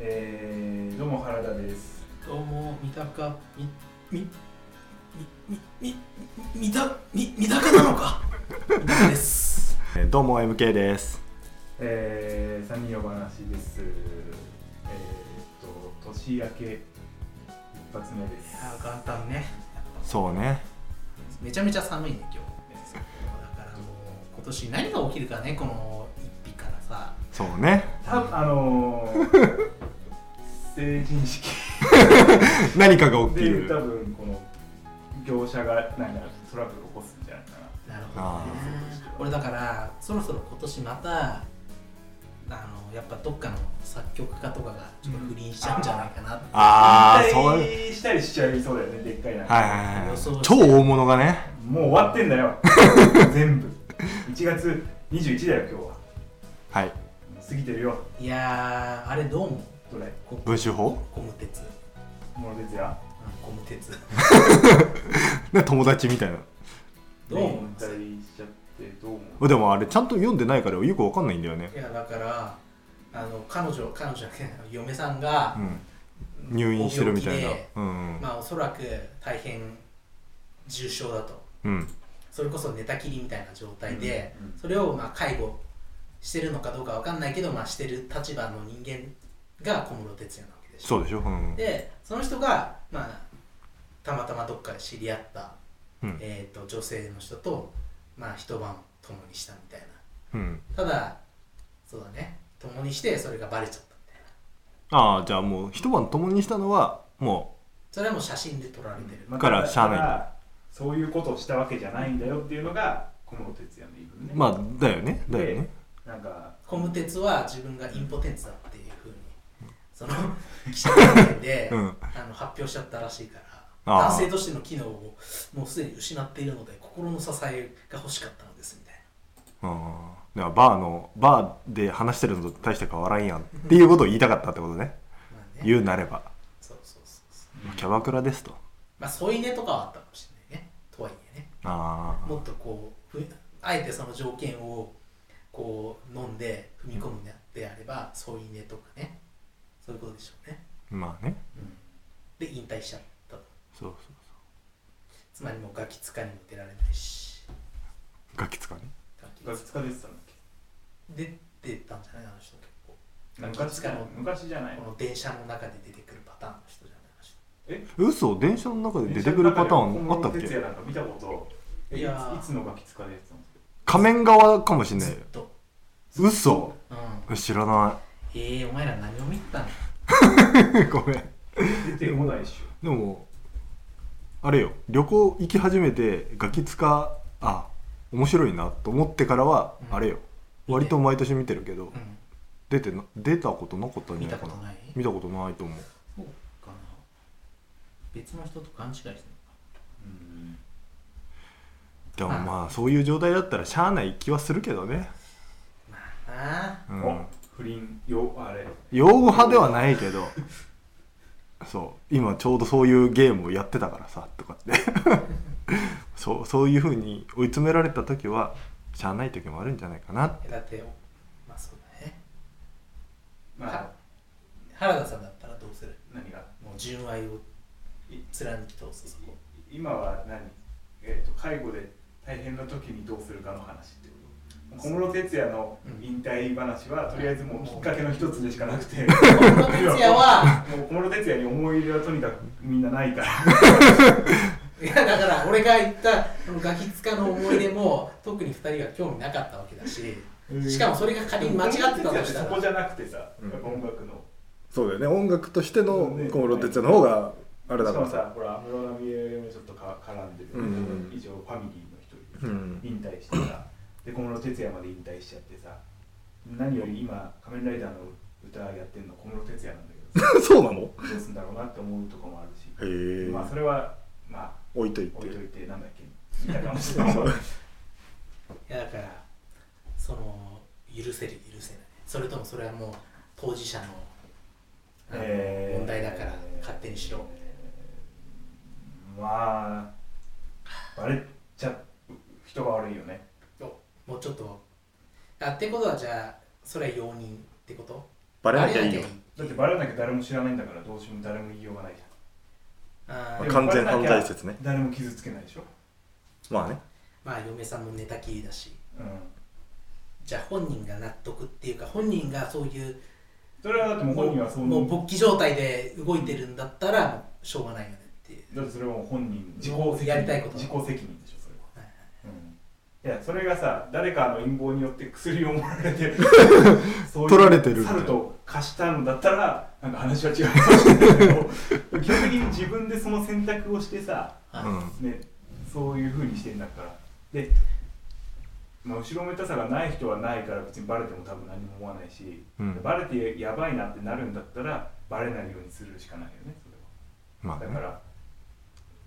えー、どうも原田です。どうも三鷹みみみみみみたみ三鷹なのか三鷹ですえーどうも MK ですえー、三人お話です。えー、っと年明け一発目でいす。やー元旦ねそうねめちゃめちゃ寒いね今日だからもう今年何が起きるかねこの一日からさそうね多分あの ー、成人式何かが起きで多る分この業者がなんかトラブル起こすんじゃないかな。なるほどあねー俺だからそろそろ今年またあのやっぱどっかの作曲家とかがちょっと不倫しちゃうんじゃないかなってああ引そうはい退したりしちゃいそうだよねでっかいなんか。はいは予想しいて超大物がねもう終わってんだよ全部。1月21だよ今日は。はい過ぎてるよいやーあれどう思うどれこ文春法コム鉄うんモルデツヤ。コム鉄ね 友達みたいどう思い引ます退しちゃってどう思う。なでもあれちゃんと読んでないからよくわかんないんだよねいやだからあの彼女彼女じゃない嫁さんがうん入院してるみたいなご病気でうんまあおそらく大変重症だとうんそれこそ寝たきりみたいな状態で、うんうんそれをまあ介護してるのかどうかわかんないけど、まあ、してる立場の人間が小室哲哉なわけでしょそうでしょうんでその人が、まあ、たまたまどっかで知り合った、うんえー、と女性の人と、まあ、一晩共にしたみたいなうんただそうだね共にしてそれがバレちゃったみたいなああじゃあもう一晩共にしたのはもそれはもう写真で撮られてる、まあからしゃあないただそういうことをしたわけじゃないんだよっていうのが小室哲哉の言い分ねうまあだよねだよねあなんかコムテツは自分がインポテンツだっていうふうに その記者会見で、うんあの発表しちゃったらしいからあー男性としての機能をもうすでに失っているので心の支えが欲しかったのですみたいああだからバーのバーで話してるのと大して変わらんやんっていうことを言いたかったってことねな、まあね、言うなればそうそうそうそうキャバクラですとまあ添い寝とかはあったかもしれないねとはいえねああもっとこうふあえてその条件をこう飲んで踏み込むのであれば添い寝とかねそういうことでしょうねまあねで引退しちゃったとそうそうつまりもうガキ使いにも出られないしそうガキ使ねガキガキ使出てたんだっ出てたんじゃないあの人結構けガキ昔使かいら昔じゃないこのの電車の中で出てくるパターンの人じゃないあの人嘘電車の中で出てくるパターンあった小室っ哲け哉なんか見たことえいいやーついつのガキ使出てたんですか仮面側かもしんないずっと嘘うん知らなええお前ら何を見てたのい ごめん出てこないっしでもあれよ旅行行き始めてガキ使あ面白いなと思ってからはうんあれよ割と毎年見てるけどうん出てな出たことなかったんじ見ゃたないかことなない見たことないと思うそうかな別の人と勘違いしてんのかょでもまあそういう状態だったらしゃあない気はするけどねまあなあうんお不倫よあれ擁護派ではないけどそう今ちょうどそういうゲームをやってたからさとかって そうそういうふうに追い詰められた時はしゃあない時もあるんじゃないかなえだってまあそうだねまあ原田さんだったらどうする何がもう純愛を貫き通すそこ今は何えっと介護で大変な時にどうするかの話ってこと小室哲哉の引退話はとりあえずもうきっかけの一つでしかなくて小室哲哉はもう小室哲哉に思い入れはとにかくみんなないからいやだから俺が言ったそのガキ使の思い出も特に2人が興味なかったわけだししかもそれが仮に間違ってたと小室哲し哉ってそたらこじゃなくてさ、うんやっぱ音楽のそうだよね音楽としての小室哲哉の方があしかもさほら安室奈美恵もちょっとか絡んでる、うんうんうん以上ファミリーの一人うで、ん引退してさで小室哲哉まで引退しちゃってさ何より今「仮面ライダー」の歌やってるの小室哲哉なんだけどさ そうなのどうすんだろうなって思うとこもあるし、へまあそれはまあ置いとい置いといてなん だっけみたいな話だもんいやだからその許せる許せないそれともそれはもう当事者のあのえー問題だから勝手にしろまあバレちゃう人が悪いよねおもうちょっとあってことはじゃあそれは容認ってことババレなきゃいいだってバレなきゃ誰も知らないんだからどうしようも誰も言いようがないじあゃんでーも完全犯罪説ねバレなきゃ誰も傷つけないでしょまあねまあ嫁さんも寝たきりだしうんじゃあ本人が納得っていうか本人がそういうそれはだってもう本人はそうもう思勃起状態で動いてるんだったらもうしょうがないよねっていううだってそれはもう本人自己もう責任やりたいこと自己責任でしょそれははいはいうんいやそれがさ誰かの陰謀によって薬をもられ てそういう取られてる猿と貸したのだったらなんか話は違うかもしれないけど 基本的に自分でその選択をしてさ、うはんね、そういうふうにしてんだからで、まあ、後ろめたさがない人はないから別にバレても多分何も思わないし、うんバレてやばいなってなるんだったらバレないようにするしかないよねそれは。まあだねから、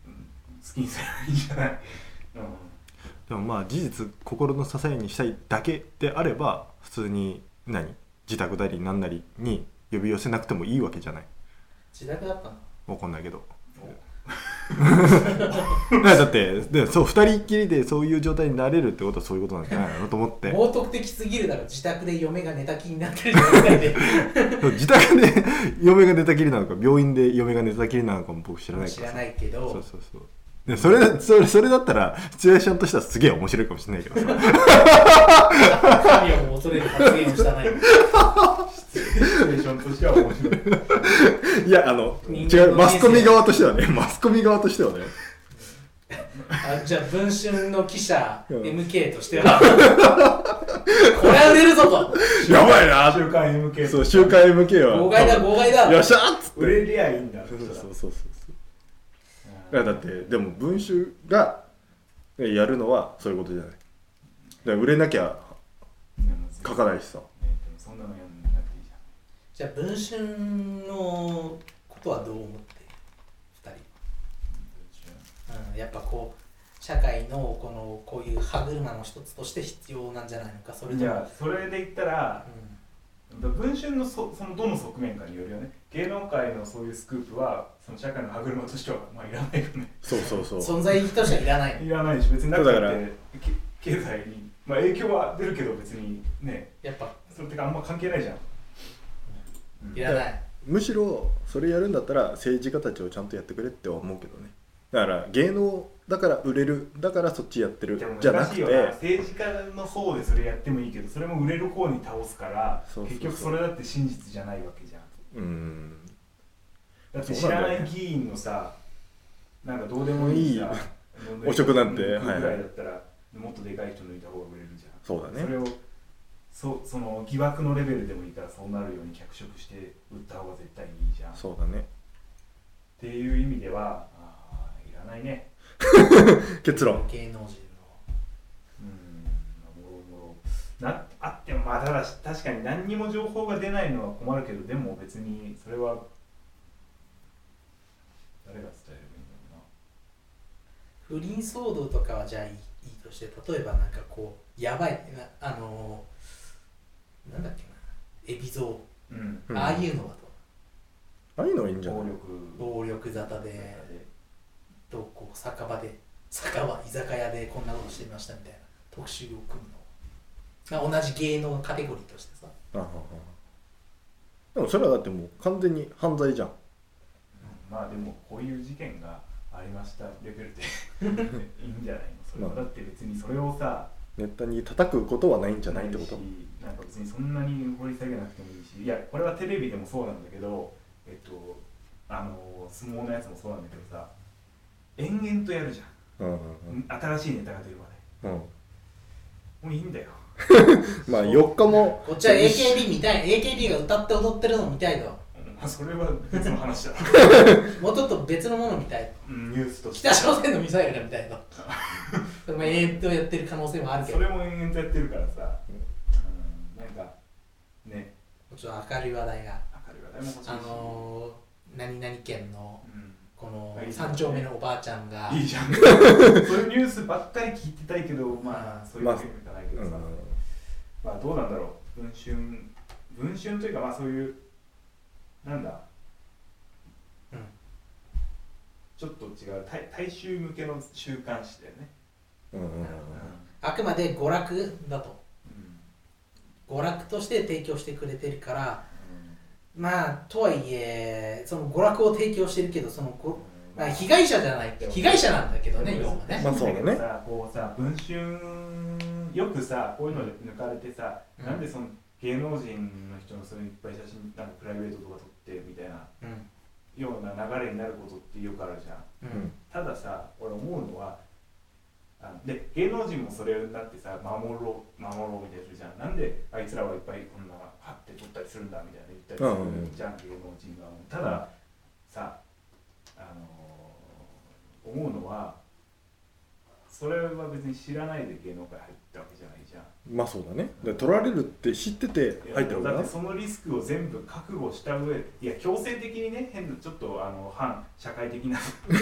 うん、好きにすればいいんじゃない、うん、でもまあ事実心の支えにしたいだけであれば普通に何自宅なりなんなりに呼び寄せなくてもいいわけじゃない自宅だったのわかんないけ どおだってでそう二人っきりでそういう状態になれるってことはそういうことなんじゃないのと思って冒涜的すぎるだろ自宅で嫁が寝たきりになってる状態 でそう自宅で 嫁が寝たきりなのか病院で嫁が寝たきりなのかも僕知らない知かららさないけどそうそうそうでそれそれそれだったらシチュエーションとしてはすげえ面白いかもしれないけどさ神をも恐れる発言をしたないシチュエーションとしては面白い。 いやあの人違間のうマスコミ側としてはね マスコミ側としてはねあじゃあ文春の記者、うん MK としては これは売れるぞとやばいな週刊 MK そう週刊 MK は号外だ号外だよっしゃーっつって売れりゃいいんだそうそうそううそうそういやだってでも文集がやるのはそういうことじゃないだから売れなきゃ書かい、ないしさね、でもそんなのやんなくていいじゃんじゃあ文春のことはどう思ってる二人、うん、やっぱこう社会のこのこういう歯車の一つとして必要なんじゃないのかそれとじも、ゃあそれで言ったら文春のそそのどの側面かによるよね芸能界のそういうスクープはその社会の歯車としてはまあいらないよねそうそうそうん、う存在意義としてはいらないいいらないし別になくたそうだかってけ経済にまあ影響は出るけど別にねやっぱそれってかあんま関係ないじゃんいらない、むしろそれやるんだったら政治家たちをちゃんとやってくれって思うけどねだから芸能だから売れるだからそっちやってるでもじゃな難しくていよな政治家の方でそれやってもいいけどそれも売れる方に倒すからそうそうそう結局それだって真実じゃないわけじゃんうーんだって知そうなんらだなよい議員のさなんかどうでもいいさい汚職なんてぐらいはいはいだったらもっとでかい人抜いた方が売れるじゃんそうだそれねをそその疑惑のレベルでもいいからそうなるように脚色して売った方が絶対にいいじゃんっそうだねていう意味ではあーいらないね結論芸能人のうんまあもろもろなあってもまあただし確かに何にも情報が出ないのは困るけどでも別にそれは誰が伝えればいいんだろうな不倫騒動とかはじゃあいいいいとして例えばなんかこうやばいなあのーなんだっけな海老蔵、うんうんああいうのはああいうのはいいんじゃ暴ない力どう暴力沙汰でどうこう酒場で酒場居酒屋でこんなことしてみましたみたいな特集を組むの、まあ、同じ芸能のカテゴリーとしてさあははでもそれはだってもう完全に犯罪じゃんまあでもこういう事件がありましたレベルでいいんじゃないのそれはだって別にそれをさネタに叩くことはないんじゃないってことないしなんか別にそんなに掘り下げなくてもいいしいやこれはテレビでもそうなんだけどえっとあの相撲のやつもそうなんだけどさ延々とやるじうんうんゃん新しいネタが出るまでうんうんもういいんだよ まあ4日もこっちは AKB 見たい AKB が歌って踊ってるの見たいとまあそれは別の話だ もうちょっと別のもの見たいうんニュースとして北朝鮮のミサイルが見たいとそれも永遠と やってる可能性もあるけどそれも延々とやってるからさ、うん、なんかねちょっと明るい話題が、明るい話題も欲しいし、あのー、何々県のこのはい三丁目のおばあちゃんがうん、いいじ ゃんそういうニュースばっかり聞いてたいけどまあそういうわけにもいかないけうどさ、んまあどうなんだろう文春文春というかまあそういうなんだ、うんちょっと違う大大衆向けの週刊誌だよね、うんうんうんあくまで娯楽だとうん娯楽として提供してくれてるからまあとはいえその娯楽を提供してるけどそのご、まあ、被害者じゃない被害者なんだけどね要はね、まあそうだねけどさこうさ文春よくさこういうので抜かれてさ、うんなんでその芸能人の人のそのいっぱい写真なんかプライベートとか撮ってみたいなうんような流れになることってよくあるじゃんうんたださ俺思うのはあので芸能人もそれになってさ守ろう守ろうみたいにするじゃんなんであいつらはいっぱいこんな貼って撮ったりするんだみたいな言ったりするじゃん、芸能人がたださあのー思うのはそれは別に知らないで芸能界入ったわけじゃないじゃんまあそうだねで取られるって知ってて入ってるわだっけだてそのリスクを全部覚悟した上でいや強制的にね変なちょっとあの反社会的な 時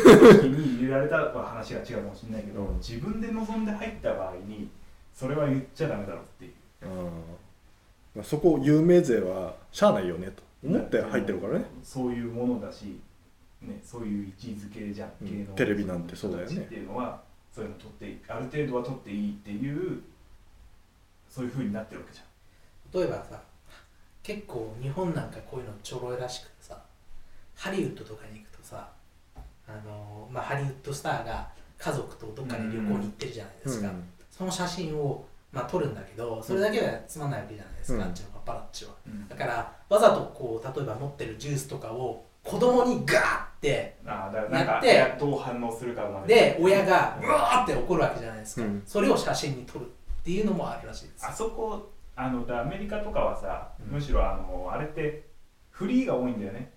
に入れられたは話が違うかもしれないけど、うん自分で望んで入った場合にそれは言っちゃダメだろうっていううんそこ有名勢はしゃあないよねと思って入ってるからねそういうものだし、ね、そういう位置づけじゃん、うん芸能テレビなんてそうだよね人たちっていうのはそういうの取っていいある程度は取っていいっていうそういうふうになってるわけじゃん例えばさ結構日本なんかこういうのちょろいらしくてさハリウッドとかに行くとさあの、まあ、ハリウッドスターが家族とどっかに旅行に行ってるじゃないですか、うんその写真を、まあ、撮るんだけどそれだけではつまんないわけじゃないですか、うんあっちのパパラッチはうんだからわざとこう例えば持ってるジュースとかを子供にガーってああだからなんやっかていやどう反応するかまで親がうわーって怒るわけじゃないですか、うんそれを写真に撮るっていうのもあるらしいですあそこあのだアメリカとかはさ、うんむしろあのあれってフリーが多いんだよね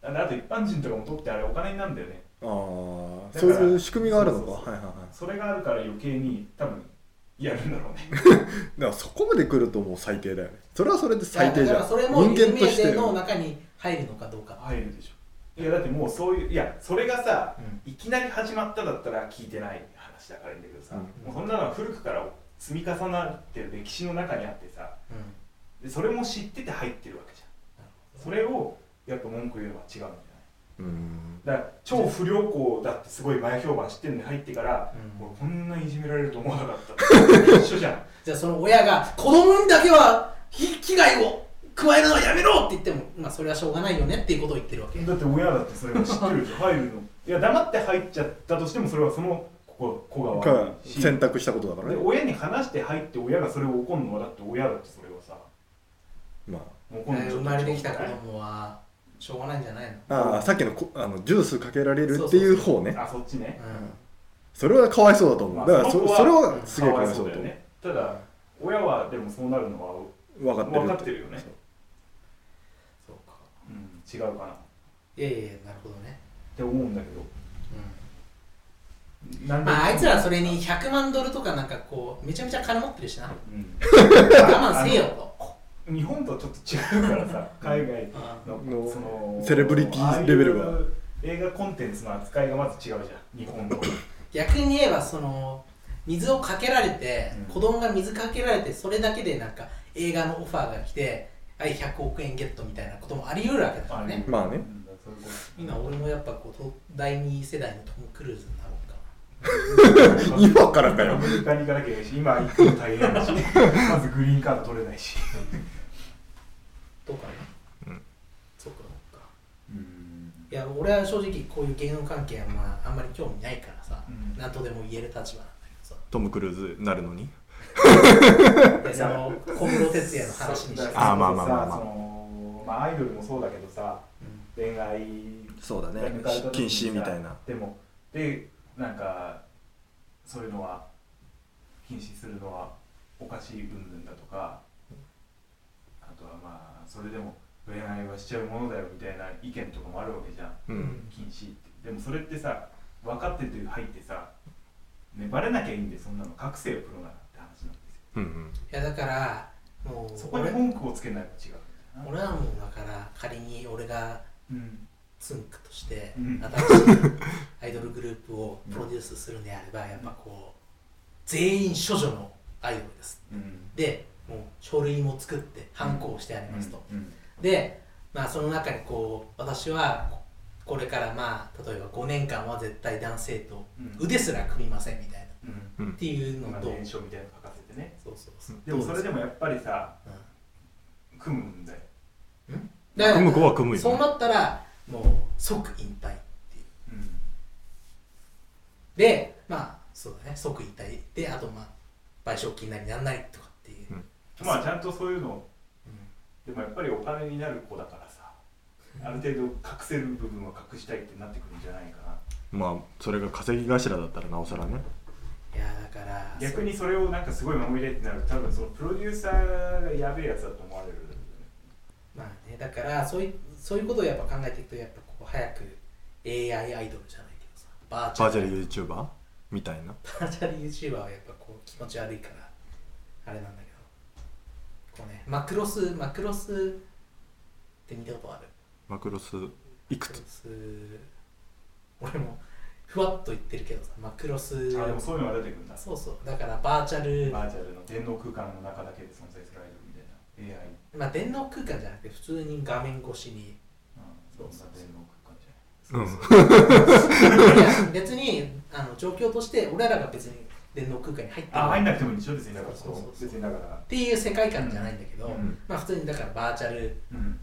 ああと一般人とかも取ってあれお金になるんだよねああだそかうらいう仕組みがあるのかそうそうそうはいはいはいそれがあるから余計に多分やるんだろうねだからそこまで来るともう最低だよねそれはそれで最低じだかゃんらそれも有人間と名して人の中に入るのかどうか入るでしょいやだってもうそういういやそれがさ、ういきなり始まっただったら聞いてない話だからいいんだけどさ、うんもうそんなのは古くから積み重なってる歴史の中にあってさうんでそれも知ってて入ってるわけじゃんそれをやっぱ文句言うのは違うんじゃないうんだから超不良校だってすごい前評判知ってるのに入ってから、うん俺こんないじめられると思わなかった って一緒じゃんじゃあその親が子供にだけはひ危害を加えるのはやめろって言ってもまあそれはしょうがないよねっていうことを言ってるわけだって親だってそれは知ってるじゃん入るのいや黙って入っちゃったとしてもそれはそのここ子が悪がいし選択したことだからでね親に話して入って親がそれを怒るのはだって親だってそれはさま怒るの生まれてきた子供はしょうがないんじゃないのあああさっきのこあのジュースかけられるっていう方ねあそっちねそれはかわいそうだと思まうあだからそそこはそれはすげえかかわいわいそうそうだよだと思うねただ親はでもそうなるのは、分かってる分かってるよねそうかうん、違うかなっいやいやいやなるほどね、て思うんだけうどなんん、でまああいつらはそれに100万ドルとかなんかこうめちゃめちゃ金持ってるしなうん我慢せよと日本とはちょっと違うからさ海外ののそのセレブリティレベルがああいう映画コンテンツの扱いがまず違うじゃん日本の逆に言えばその水をかけられて、うん子供が水かけられてそれだけでなんか映画のオファーが来てはい100億円ゲットみたいなこともあり得るわけだからねまあうねんそういうこ今俺もやっぱこうと第二世代のトム・クルーズになろうか と今からだよアメリカに行かなきゃいけないし今行くの大変 だしまずグリーンカード取れないしどうかなうんそうかそうかうんいや俺は正直こういう芸能関係はまああんまり興味ないからさ、うん何とでも言える立場なんだけどさトム・クルーズなるのにでその小室哲哉の話にしてあーまあまあまあまあそのまあアイドルもそうだけどさうん恋愛そうだが抜かれた時禁にさ止みたいなでもでなんかそういうのは禁止するのはおかしい云々だとかあとはまあそれでも恋愛はしちゃうものだよみたいな意見とかもあるわけじゃんうん禁止ってでもそれってさ分かってて入ってさ、ね、バレなきゃいいんでそんなの隠せよプロならって話なんですようんういんやだからもうそこに俺文句をつけないのは違うんだよな俺はもうだから仮に俺がうんツンクとしてうん新しいアイドルグループをプロデュースするんであればやっぱこう全員処女のアイドルですうんでもう書類も作って反抗してありますと、うんでまあその中にこう私はここれからまあ例えば5年間は絶対男性とうん腕すら組みませんみたいなうんうんっていうのまあと伝承みたいなの書かせてねそうそうそうでもそれでもやっぱりさうん組むんだよんだから組む子は組むよねそうなったらもう即引退っていうでまあそうだね即引退であとまあ賠償金なりなんなりとかっていう、うんうん、まあちゃんとそういうのうんでもやっぱりお金になる子だからさある程度隠せる部分は隠したいってなってくるんじゃないかなまあそれが稼ぎ頭だったらなおさらねいやだから逆にそれをなんかすごい守りたいってなると多分そのプロデューサーがやべえやつだと思われるんだよねまあねだからそういそういうことをやっぱ考えていくとやっぱこう早く AI アイドルじゃないけどさバーチャバーチャルル YouTuber みたいなバーチャル YouTuber はやっぱこう気持ち悪いからあれなんだけどこうねマクロスマクロスって見たことあるマクロスいくマクつロス俺もふわっと言ってるけどさマクロスあでもそういうのが出てくるんだそうそうだからバーチャルバーチャルの電脳空間の中だけで存在するアイドルみたいな AI まあ電脳空間じゃなくて普通に画面越しにうんそんな電脳空間じゃうんいや別にあの状況として俺らが別に電脳空間に入ってないあ入んないなくてもいいでしょ別にだからそうそうそう別にだからっていう世界観じゃないんだけど、うんまあ普通にだからバーチャル、うん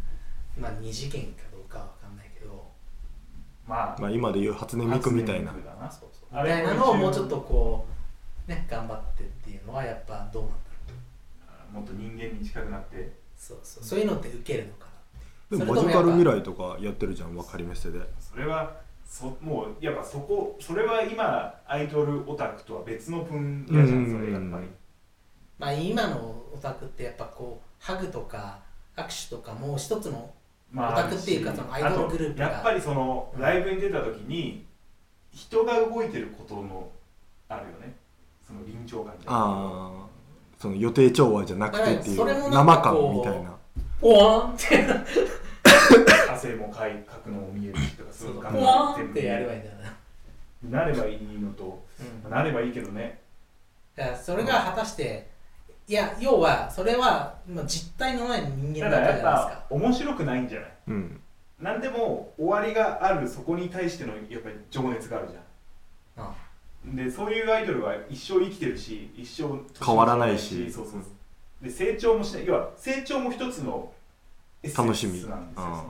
まあ、二次元かどうかは分かんないけどまあまあ今でいう初音ミクみたいな初音ミクだなそうそうあみれたいなのをもうちょっとこうね頑張ってっていうのはやっぱどうなんだろうもっと人間に近くなってそうそうそういうのって受けるのかでなもそれとマジもカル未やっ来とかやってるじゃん分かりましてでそれはそもうやっぱそこそれは今アイドルオタクとは別の分野じゃんそれやっぱりぱまあ今のオタクってやっぱこうハグとか握手とかもう一つのまあオタクっていうかそのアイドルグループがあとやっぱりそのライブに出た時に人が動いてることのあるよねその臨場感みたいなああその予定調和じゃなくてっていだからそれもうなん生かこ感うみたいなおわんって汗もかいかくのも見えるしとかそういうお感じわんってやればいいんだよななればいいのとうんなればいいけどねだからそれが果たして、いや要はそれはまあ実体のない人ただ間だからやっじゃないでぱ面白くないんじゃないうんなんでも終わりがあるそこに対してのやっぱり情熱があるじゃんすか、でそういうアイドルは一生生きてるし一生年も変わらないしそうそうそうで成長もしない要は成長も一つのエッセン楽スしみなんですよあ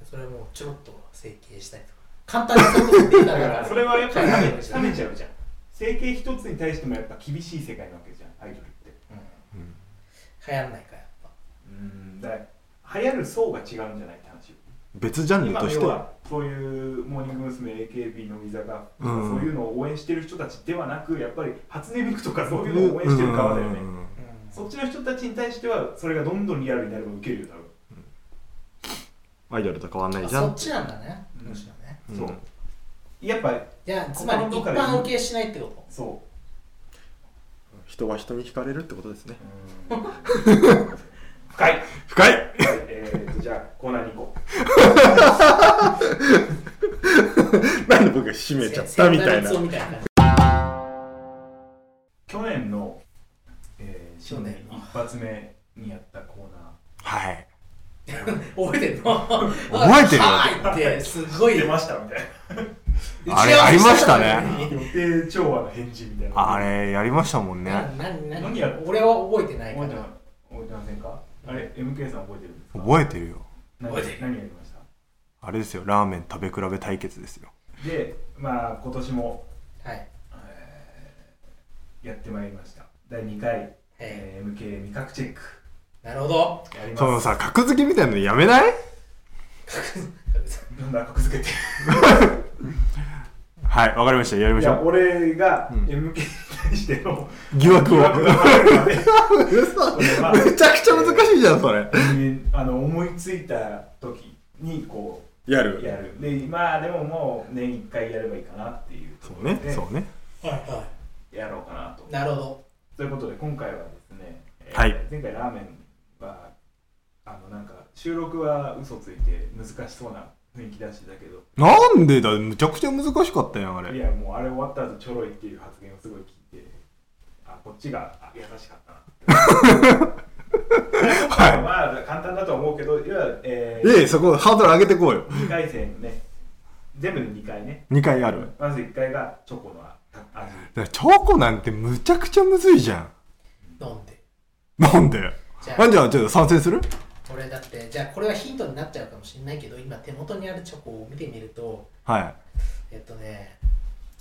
うん、それをもうちょろっと整形したりとか簡単にそういうことできだたかからら それはやっぱり冷めうん冷めちゃうじゃん整形一つに対してもやっぱ厳しい世界なわけじゃんアイドルってうん流行んないからやっぱうんだから流行る層が違うんじゃないって話別ジャンル今とのし要てはそういうモーニング娘。AKB 乃木坂、うんそういうのを応援してる人たちではなくやっぱり初音ミクとかそういうのを応援してる側だよね、うんうんうんうんそっちの人たちに対してはそれがどんどんリアルになれば受けるよ多分アイドルと変わんないあじゃんそっちなんだねうんむしろね、うんそうやっぱいやつまり一般受けしないってこそ人は人に惹かれるってことですねう 深い、深いえーと、じゃあコーナーに行こ なんで僕が締とめちゃったみたいなせんべろつおみたいなう去年の、えー、去新年年一発目にやったコはいーナー覚えてんの 覚えてるよはいってすごい出ましたみたい打ち合わせあれあのりまにな予定調和の返事みたいなあれやりましたもんなね何何何やる俺は覚えてないか覚えてらま覚えてませんかあれ MK さん覚えてるんですか覚えてるよ何覚えてる何やりましたあれですよラーメン食べ比べ対決ですよでまあ今年も、はい、えーやってまいりました第2回、ええー MK 味覚チェックー、なるほど やりますそのさ格付けみたいなのやめないなんだ格付けてはいわかりましたやりまいしょやう俺がうん MK に対しての疑惑を疑惑があるので嘘俺は めちゃくちゃ難しいじゃんそれ人間あの思いついた時にこやうやるでまあでももう年1回やればいいかなっていうとそこうろねでそうねはいはやろうかなといなるほどということで今回はですね、えーはい前回ラーメンはあのなんか収録は嘘ついて難しそうな雰囲気出してたけどなんでだむちゃくちゃ難しかったやんあいれやもうあれ終わった後ちょろいっていう発言をすごい聞いてあこっちがあ優しかったなはいまあ簡単だとは思うけど、いわゆる、えええそこハードル上げてこうよ2回戦ね、全部で2回ね、 2回あるまず1回がチョコの味、だからチョコなんてむちゃくちゃむずいじゃん飲んでなんでじゃああじゃあちょっと参戦するうこれだってじゃあこれはヒントになっちゃうかもしれないけど今手元にあるチョコを見てみるとはいえっとね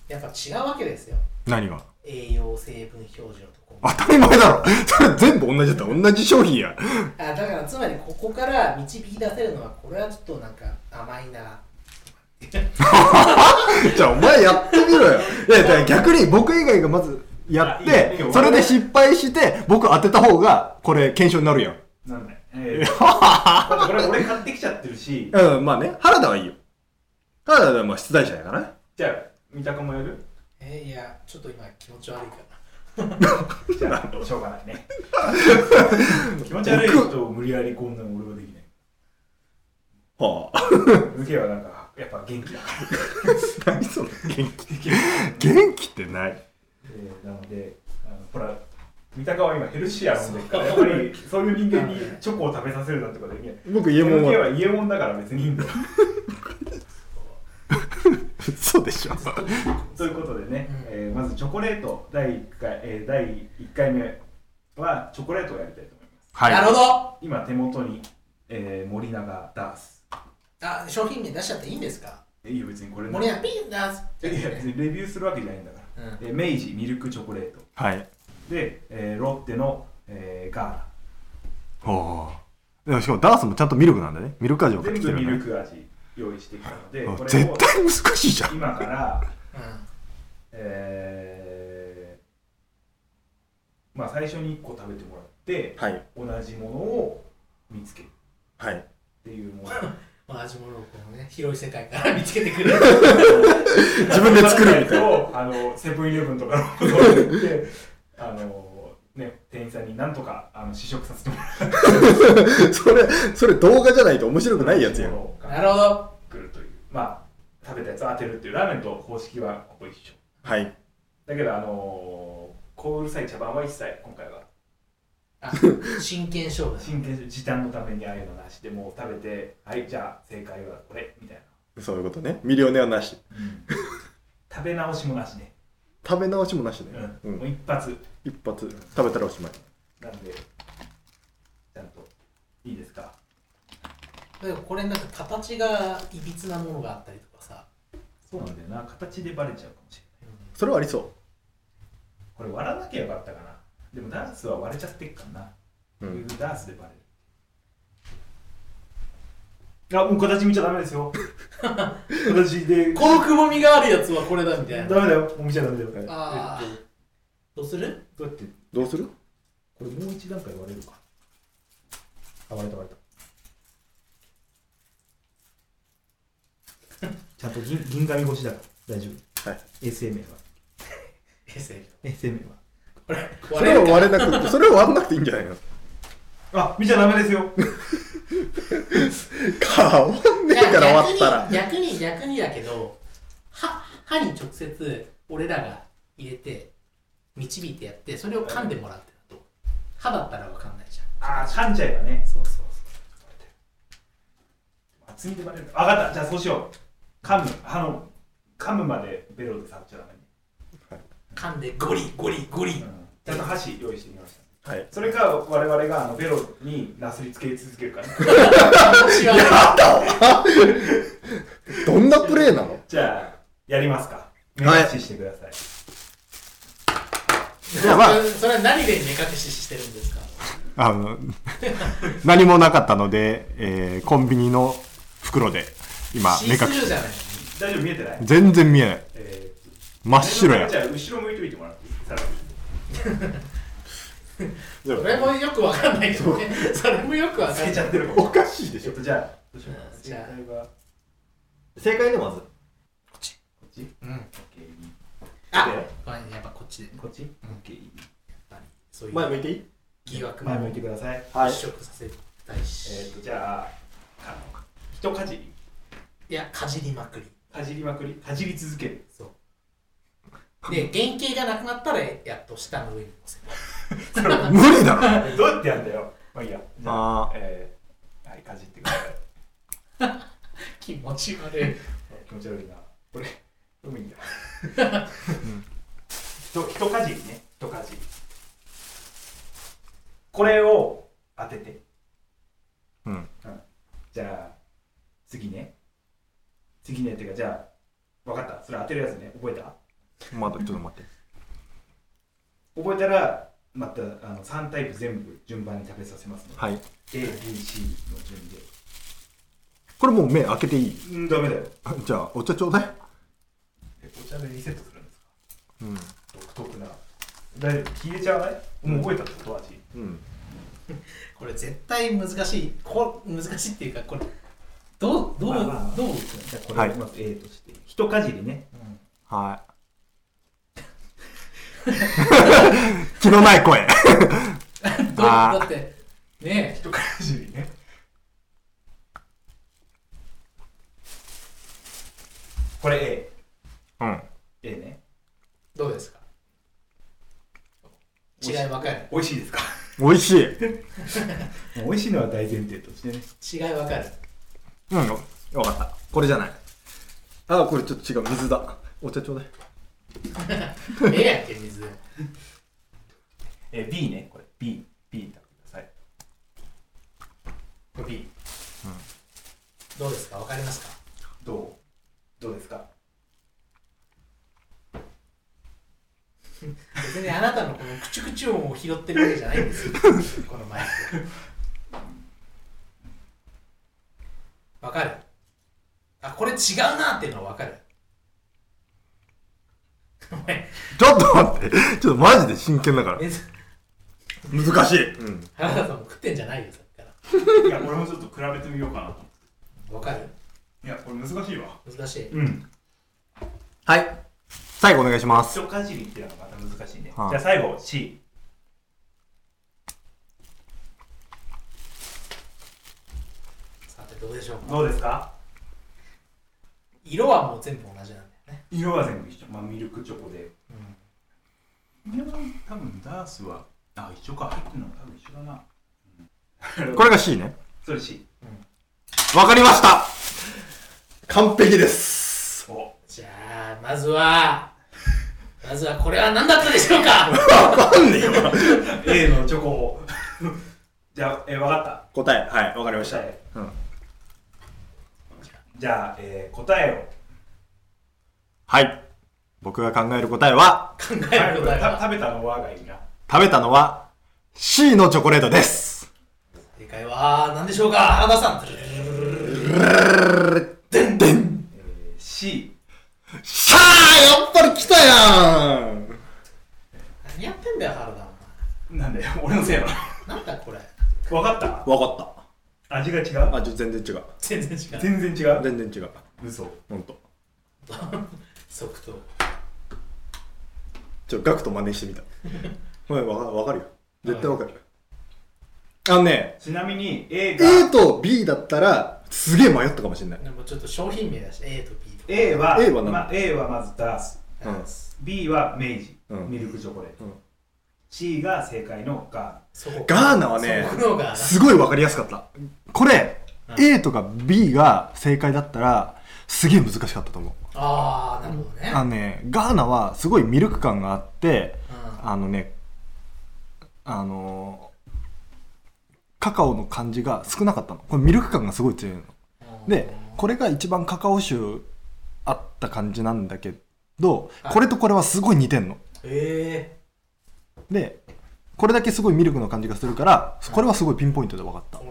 やっぱ違うわけですよ何が栄養成分表示のとこ当たり前だろ それ全部同じだった同じ商品やあだからつまりここから導き出せるのはこれはちょっとなんか甘いなじゃあお前やってみろよいやだから逆に僕以外がまずやっいやいていよそれで失敗して僕当てた方がこれ検証になるやんなんだよ。えーだってこれ俺買ってきちゃってるし、 うんまあね原田はいいよ原田はまあ出題者やからねじゃあ、三鷹もやるえーいやちょっと今気持ち悪いからじゃあ、しょうがない ね。気持ち悪い人を無理やりこんなの俺はできない。はあ抜けはなんか、やっぱ元気だから。何その元できる気元気ってないえーなので、あのほら、三鷹は今ヘルシア飲んでるから、やっぱりそういう人間にチョコを食べさせるなんてことはできない。僕家も抜けはは家もんだから別にいい んだよ。嘘でしょということでね、うんえーまずチョコレート第1回、えー第一回目はチョコレートをやりたいと思います。はなるほど今手元に、えー森永ダース。あ商品名出しちゃっていいんですかいいよ別にこれね森はピーナスいや別にレビューするわけじゃないんだから。うんで明治ミルクチョコレートはいで、えーロッテの、えーガはあでもしかもダースもちゃんとミルクなんだねミルク味をー買ラって全きて部るミよルねク味用意してきたのであこれ絶を対難しいじゃん今から、うんえーまあ、最初に1個食べてもらってはい同じものを見つけるはいっていうもの同じものをこのね広い世界 から見つけてくる自分で作るみたいなをあのセブンイレブンとかのことを言ってあの、ね、店員さんになんとかあの試食させてもらう それそれ動画じゃないと面白くないやつやんものながるほど来るというまあ食べたやつを当てるっていうラーメンと方式はここ一緒はいだけどあのー、こううるさい茶番は一切今回はあ真剣勝負だ真剣時短のためにああいうのなしでもう食べてはいじゃあ正解はこれみたいなそういうことねミリオネアなし食べ直しもなしね、食べ直しもなしね、う、うんんもう一発一発食べたらおしまいなんでちゃんといいですかでもこれなんか形がいびつなものがあったりとかさ、そうなんだよな形でバレちゃうかもしれないうんそれはありそこれ割らなきゃよかったかなでもダンスは割れちゃってっからな、う、うん、ダンスでバレるあもう形見ちゃダメ ですよ形でこのくぼみがあるやつはこれだみたいダメなだよもう見ちゃダメだよはいああどうするどうやってどうするこれもう一段階割れるかあ割れた割れ たちゃんと銀銀紙越しだから大丈夫はい SA 名は平成 SA 名はこれ割れそれるはか割れなくてそれは割らなくていいんじゃないのあ見ちゃダメですよ 変わんねえから割ったら逆に逆に逆にだけど歯歯に直接俺らが入れて導いてやってそれを噛んでもらうってのと歯だったらわかんないじああ噛んじゃえばねゃんそうそうそう厚みでバレるか分かったじゃあそうしよう噛むあの噛むまでベロで触っちゃダメね、噛んでゴリゴリゴリ、うん、ちゃんと箸用意してみましたはいそれか我々があのベロになすりつけ続けるから違うどんなプレーなのじゃあやりますか目はい隠ししてください、いやまあそれは何で目隠ししてるんですかあの何もなかったので、えーコンビニの袋で今シ目ー隠スルーしじゃない大丈夫見えてない全然見えないえー真っ白やじゃあ後ろ向いてみてもらっていいさらにそれもよくわかんないけどねそれもよくわかんつなけいちゃってるもんおかしいでちょっとじゃあどうしようかうん正解はこ正解ねまずっちうんオッケーいいあでごめんやっぱこっちでねこっちオッんケーいいそうい前向ういていい疑惑前向いもてくださいは払拭させたいえしーとじゃあか人かじりいやかじりまくりかじりまくりかじり続け るそうで原型がなくなったらやっと下の上に乗せる無理だろどうやってやんだよまあいいやじゃああえーはいかじってください気持ち悪い気持ち悪いなこ れでもいいんだ人人かじりね人かじりこれを当ててーうじゃあ、次ね。次ねっていうか、じゃあ、分かった。それ当てるやつね。覚えたまだちょっと待って覚えたら、またあの3タイプ全部順番に食べさせますので、はい A、B、C の順で。これもう目開けていいうん、ダメだよ。あじゃあお茶ちょうだいえお茶でリセットするんですかうん独特な。大丈夫消えちゃわないもう覚えたってこと味。うんこれ絶対難しいこ難しいっていうかこれどうどう、まあまあまあどう打つのじゃあこれをまず A として。ひとかじりね。はい気のない声どうあーだってねひとかじりね。これうん A。A ね。えどうですか違い分かる美味しいですか美味しい美味しいのは大前提としてね。違い分かる うんわかったこれじゃないあこれちょっと違う水だお茶ちょうだいええやんけ水えー B ね、これ B、B 食べてください。これ B、どうですか分かりますかどうどうですか別にあなたのこのクチュクチュ音を拾ってるわけじゃないんですよ このマイク分かるあこれ違うなっていうのは分かるお前ちょっと待ってちょっとマジで真剣だからえ難しい、うん、原田さんも食ってんじゃないよさっきからいや、俺もちょっと比べてみようかなと。分かるいや、これ難しいわ。難しいうん。はい最後お願いします一かじりっていうのがまた難しいね。はいじゃあ最後、C。さてどうでしょうかどうですか色はもう全部同じなんだよね、色は全部一緒。まあ、ミルクチョコで。でも、多分ダースは、あ、一緒か。入ってるのも多分一緒だな。うん、これが C ねそれ C。わかりました完璧ですおじゃあまずはまずはこれは何だったでしょうかわかんねえよ A のチョコを。 じゃあ、えー、わかった。答えはいわかりました答えうんじゃあ、えー答えはい僕が考える答えは考えるを、答えたは食べたのはがいいな食べたのは C のチョコレートです正解は何でしょうか原田さんでんでん C しゃあやっぱり来たやん何やってんだよ原田なんだよ俺のせいなのお前なんだこれ分かったわかっ味が違たうあじゃ全然違う全然違う全然違う全然違う嘘ほんと即答ちょガクト真似してみた おいわかわかるよ絶対わかるあのねちなみに A が A と B だったらすげえ迷ったかもしれないでもちょっと商品名だし A と B と A は A は何ま A はまずダース B は明治、うんミルクチョコレート、うん C が正解のガそこガーナはねそこのがすごいわかりやすかったこれうん A とか B が正解だったらすげえ難しかったと思うああなるほどねあのねガーナはすごいミルク感があってうんあのねあのカカオの感じが少なかったのこれミルク感がすごい強いのでこれが一番カカオ臭あった感じなんだけどはいこれとこれはすごい似てんのえでこれだけすごいミルクの感じがするからこれはすごいピンポイントで分かっえた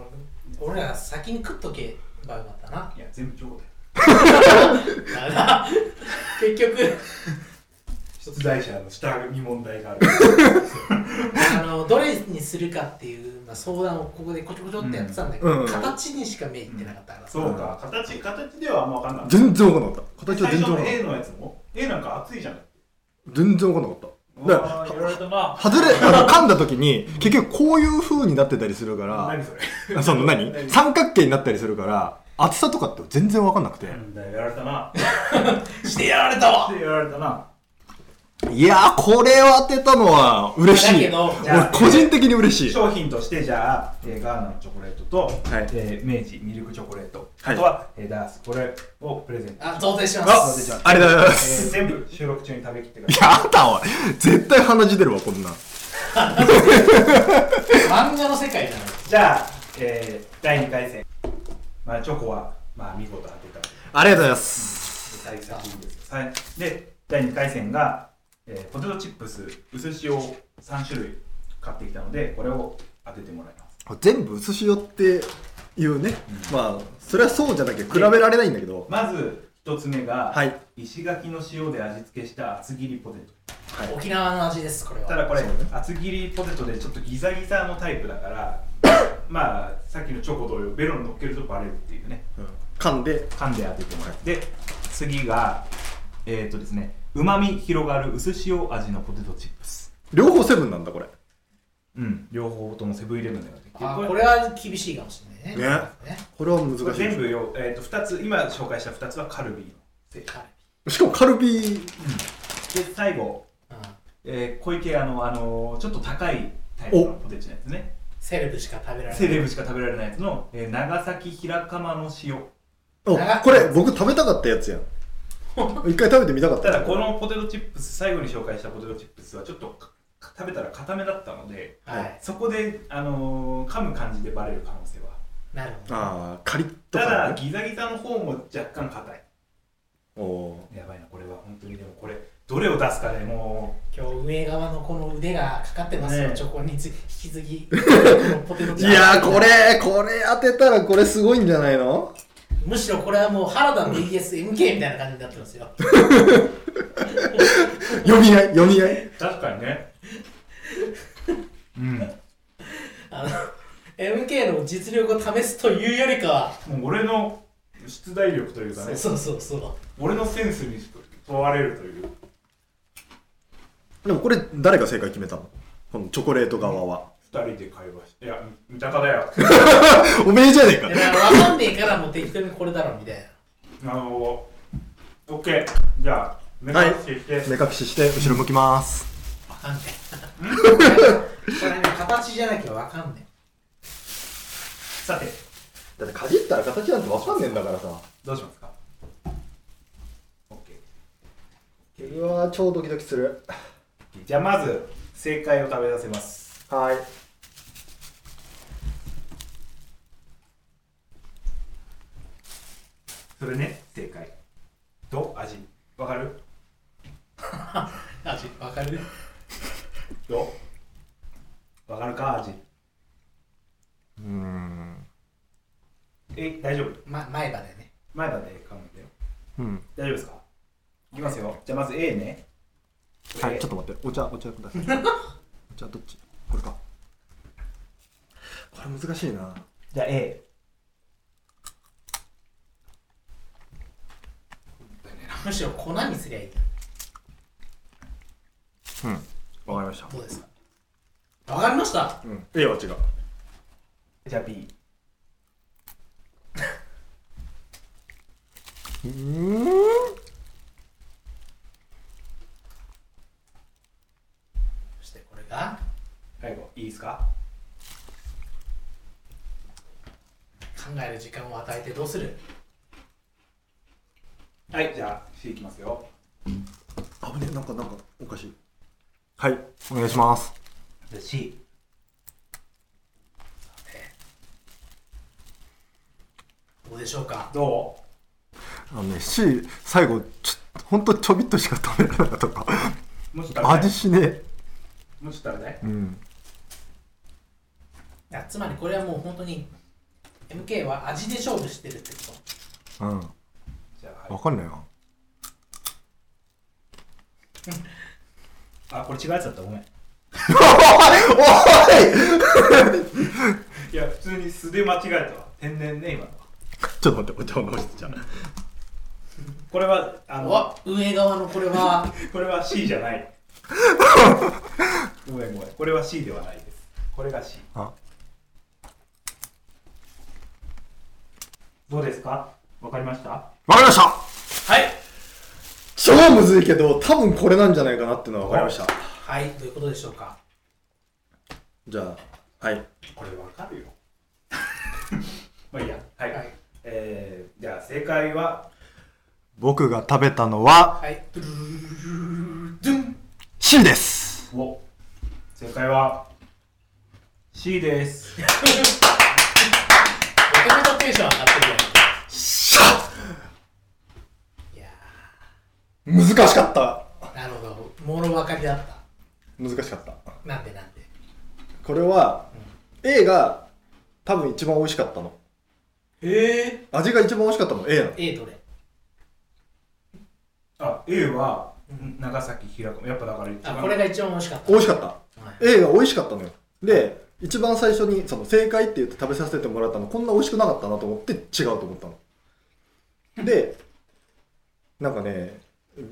俺ら先に食っとけばよかったなーいや全部チョコだよだな結局出題者の下に問題が あるあのどれにするかっていう、まあ、相談をここでこちょこちょってやってたんだけど、うんうん形にしか目いってなかったからさ、そうか形形ではあんま分かんない全然分かんなかった形は最全初然分のかんなかっ A のやつも A なんか熱いじゃんた全然分かんなかっただからあーやられたな外れ、あの、噛んだ時に、結局こういう風になってたりするか何それら、その何何三角形になったりするから、厚さとかって全然わかんなくて。なんだよやられたなしてやられたわでやられたないやー、これを当てたのは嬉しだい。け俺どじゃあ個人的に嬉しい。商品としてじゃあ、えーガーナのチョコレートと、はいえー明治ミルクチョコレート、はいあとは、えーダースこれをプレゼント、あ当然しまあすありがとうございまえーす。全部収録中に食べきっ てくださいやだわ。絶対鼻血出るわ、こんなん。漫画の世界じゃないじゃあ、えー第2回戦まあ、チョコは、まあ、見事当てたんでありがとうございます。幸先いいですよはいで第2回戦が、えーポテトチップス薄塩3種類買ってきたのでこれを当ててもらいます全部薄塩っていうね、まあそれはそうじゃなきゃ比べられないんだけど、まず1つ目が、はい石垣の塩で味付けした厚切りポテト沖縄の味ですこれはただこれ、そうね厚切りポテトでちょっとギザギザのタイプだからまあさっきのチョコ同様ベロに乗っけるとバレるっていうねうん噛んで噛んで当ててもらってで次がえっ、とですねうまみ広がる薄塩味のポテトチップス両方セブンなんだこれ。うん両方ともセブンイレブンで買ってきてあこーれこれは厳しいかもしれないねねこれは難しこれい。全部よ、えー、と2つ今紹介した2つはカルビーのせいはいしかもカルビで最後、うん、えー小池あの、あのちょっと高いタイプのポテチのやつねセレブしか食べられないセレブしか食べられないやつの、えー長崎平釜の塩おこれ僕食べたかったやつ やん。一回食べてみたかった。ただこのポテトチップス最後に紹介したポテトチップスはちょっとかか食べたら固めだったのではいそこで、あのー噛む感じでバレる可能性はなるほどああカリッとか、ただね。ギザギザの方も若干硬いおおー。やばいなこれは本当にでもこれどれを出すかねも今日上側のこの腕がかかってますよ、ねチョコにつ引き継ぎポテトいチップやーこれこれ当てたらこれすごいんじゃないのむしろこれはもう原田の ESMK みたいな感じになってますよ読み合い読み合いう確かにね うんあの MK の実力を試すというよりかはもう俺の出題力というかそねうそうそうそう俺のセンスに問われるというでもこれ誰が正解決めたのこのチョコレート側は2人で会話していや三鷹だ よ おめえじゃねえかでだから分かんねえからもう適当にこれだろみたいなあのー、OK じゃあ目はい隠しして、目隠しして後ろ向きます分かんねえこれね形じゃなきゃ分かんねさてだってかじったら形なんて分かんねえんだからさどうしますか OK うわー超ドキドキするじゃあまず正解を食べさせますはいそれね正解と味わかるえ味分かるどうわかるか味うーんえ大丈夫ま前歯でね前まで噛んだようん大丈夫ですかいきますよじゃあまず A ねはい A ちょっと待ってお茶お茶ください お茶どっちこれかこれ難しいなじゃあ A むしろ粉にすりゃいいわかりましたどうですか分かりましたうん A は違うじゃあ B うーんそしてこれが最後いいですか考える時間を与えてどうするはいじゃあ C いきますよ危ねえなんかなんかおかしいはいお願いしますじゃあ C どうでしょうかどあのね C 最後ちょほんとちょびっとしか食べられなかったからうもうちょっと食べた味いしねえもうちょっと食べたいうんいやつまりこれはもう本当に MK は味で勝負してるってこうんじゃあ、はい分かんないなあこれ違うやつだったごめんいや普通に素で間違えたわ天然ね今のはちょっと待ってお茶を直してじゃあこれはあとのわ上側のこれはこれは C じゃないごめんごめんこれは C ではないですこれが C あどうですかわかりました分かりましたはい超むずいけど多分これなんじゃないかなっていうのは分かりましたはいどういうことでしょうかじゃあはいこれわかるよ まあいいやはい、はいえー、じゃあ正解は僕が食べたのははいドゥルルルルルルルルドゥン C ですお正解は C ですポテトテンション上がってるよね難しかったなるほど物分かりだった難しかったなんでなんでこれは A が多分一番美味しかったのえ味が一番美味しかったの A なのえ A どれあ A はん長崎平子やっぱだから一あ番これが一番美味しかった美味しかったはい A が美味しかったのよで一番最初にその正解って言って食べさせてもらったのこんな美味しくなかったなと思って違うと思ったのでなんかね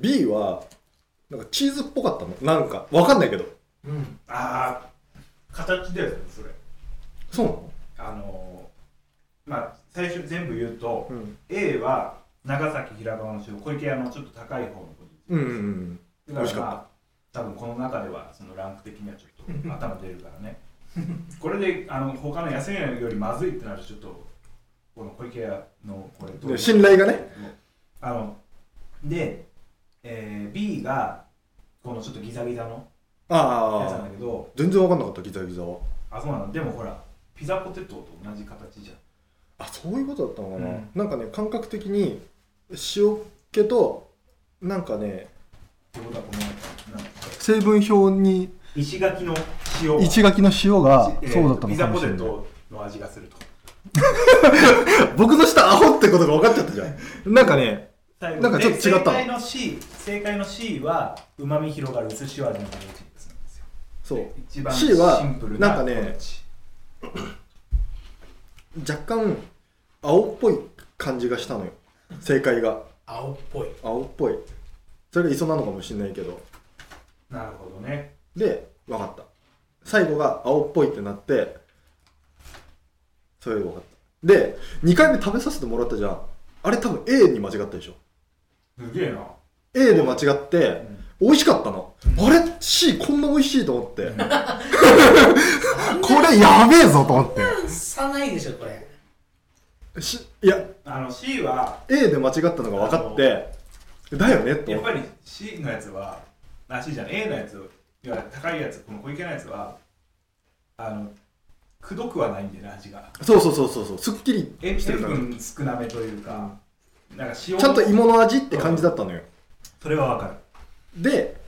B はなんかチーズっぽかったのなんかわかんないけどうんああ形だよねそれそうなのあのーまあ最初全部言うと、うん A は長崎平川の塩小池屋のちょっと高い方のポジうんうんうだかん美味らしかまあ多分この中ではそのランク的にはちょっと頭出るからね これであの他の安いのよりまずいってなるとちょっとこの小池屋のこれで信頼がねあので、えー B がこのちょっとギザギザのやつなんあだあけど全然わかんなかったギザギザはあそうなのでもほらピザポテトと同じ形じゃんあそういうことだったのかな、うんなんかね感覚的に塩気となんかねってことはこのなんか成分表に石垣の塩が一垣の塩がえーそうだったのピザかもポしれテないトの味がすると僕の下アホってことが分かっちゃったじゃんなんかね最後なんかちょっと違ったで正解の C 正解の C はうまみ広がる薄塩味のポテチですなんですよそう一番 C はシンプルなんかねポテチ若干青っぽい感じがしたのよ正解が青っぽい青っぽいそれが磯なのかもしれないけどなるほどねで分かった最後が青っぽいってなってそれで分かったで2回目食べさせてもらったじゃんあれ多分 A に間違ったでしょすげえな A で間違って美味しかったのあれ C こんな美味しいと思 ってこれやべえぞと思ってさないでしょこれしいやあの C は A で間違ったのが分かってだよねとや思っっぱてり C のやつはあ C じゃない A のやついや高いやつこの小池のやつはあのくどくはないんだよね味がそうそうそうそうそうすっきり塩してるから分少なめというかなんか塩ちゃんと芋の味って感じだったのよそれはわかるで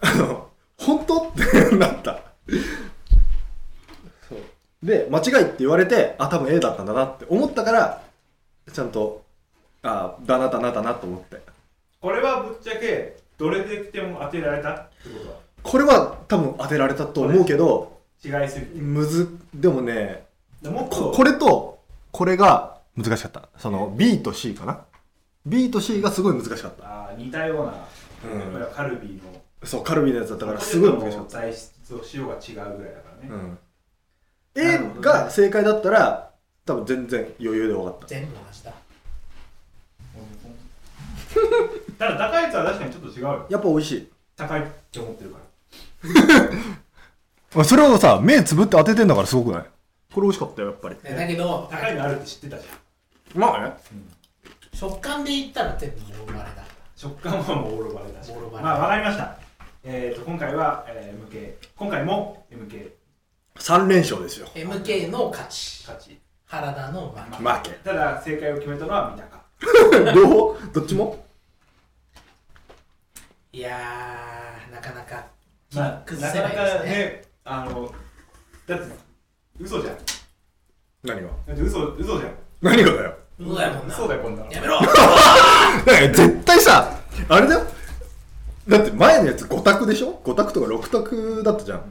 あの本当ってなったそうで間違いって言われてあ多分 A だったんだなって思ったからちゃんとあだなだなだなと思ってこれはぶっちゃけどれで来ても当てられたってことはこれは多分当てられたと思うけど違いすぎてむずでもねでもっことこれとこれが難しかったその B と C かな B と C がすごい難しかったあー似たような、うんやっぱりカルビーのそうカルビのやつだったからすごい難しかった、材質と塩が違うぐらいだからね、うん、な A るほどねが正解だったら多分全然余裕で分かった全部同じだただ高いやつは確かにちょっと違うよやっぱ美味しい高いって思ってるからそれをさ目つぶって当ててんだからすごくないこれ美味しかったよやっぱりだけど高いのあるって知ってたじゃんまあね食感で言ったら全部生まれだ食感はもうオーロバレだしオーロバレまあわかりましたえっ、と今回は、えー MK 今回も MK 3連勝ですよ MK の勝ち勝ち原田の負け負けただ正解を決めたのは三鷹両方 どっちもいやーなかなかまあ、崩なせかなないかですねね、あの、だって、嘘じゃん。何がだって嘘、嘘じゃん。何がだよそうだよもんな嘘だよ、こんな の。やめろ絶対さあれだよだって前のやつ5択でしょ5択とか6択だったじゃん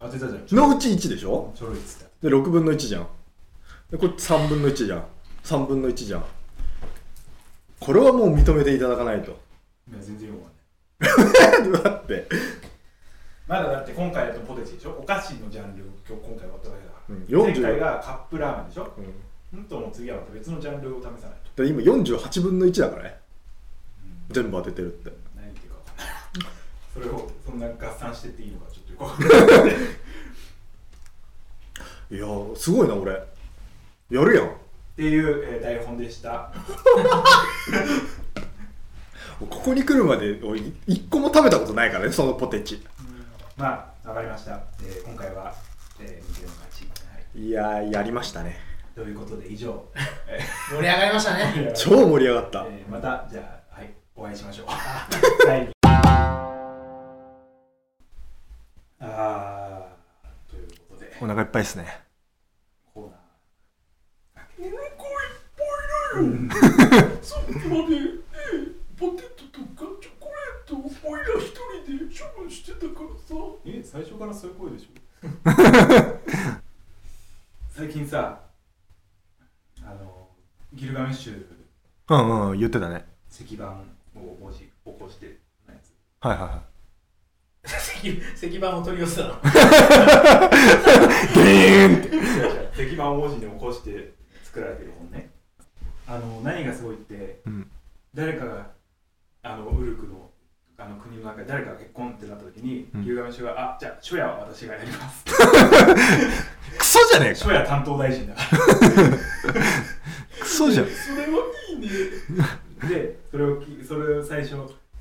当てたじゃん。ちょのうち1でしょちょろいっつっで6分の1じゃんでこれ3分の1じゃん3分の1じゃんこれはもう認めていただかないた。といや、全然よくわかんない。だって、まだだって今回だとポテチでしょお菓子のジャンルを今日今回割っただけだから。うん前回40がカップラーメンでしょうんうんともう次はまた別のジャンルを試さないと。で今48分の1だからね全部当ててるって何言ってるかわかんない。それをそんな合算してっていいのかちょっとよくわかんない。いやーすごいな俺やるやんっていう、えー台本でした。ここに来るまで俺い一個も食べたことないからねそのポテチまあ、わかりました。えー今回は、えー、見ての勝ち。はい。いやーやりましたねということで以上。盛り上がりましたね超盛り上がったえーまたじゃあはいお会いしましょう。第二 あー、ということで、お腹いっぱいですねコーナー。お腹いっぱいさっきまで、ね、ポテトとかチョコレートをおいら一人で処分してたからさだよ。え、最初からそういう声でしょ 最近さ、あの、ギルガメッシュうんうん言ってたね石板を文字起こしてのやつ。はいはいは石 石板を取り寄せたのいデーンって違う違う石板を文字に起こして作られてる本ねあの何がすごいって、うん誰かがあのウルクのあの国の中で誰かが結婚ってなった時に、うんギルガメッシュが「あじゃあ初夜は私がやります」クソじゃねえか初夜担当大臣だかクソじゃんそれはいいねらでそれをきそれを最初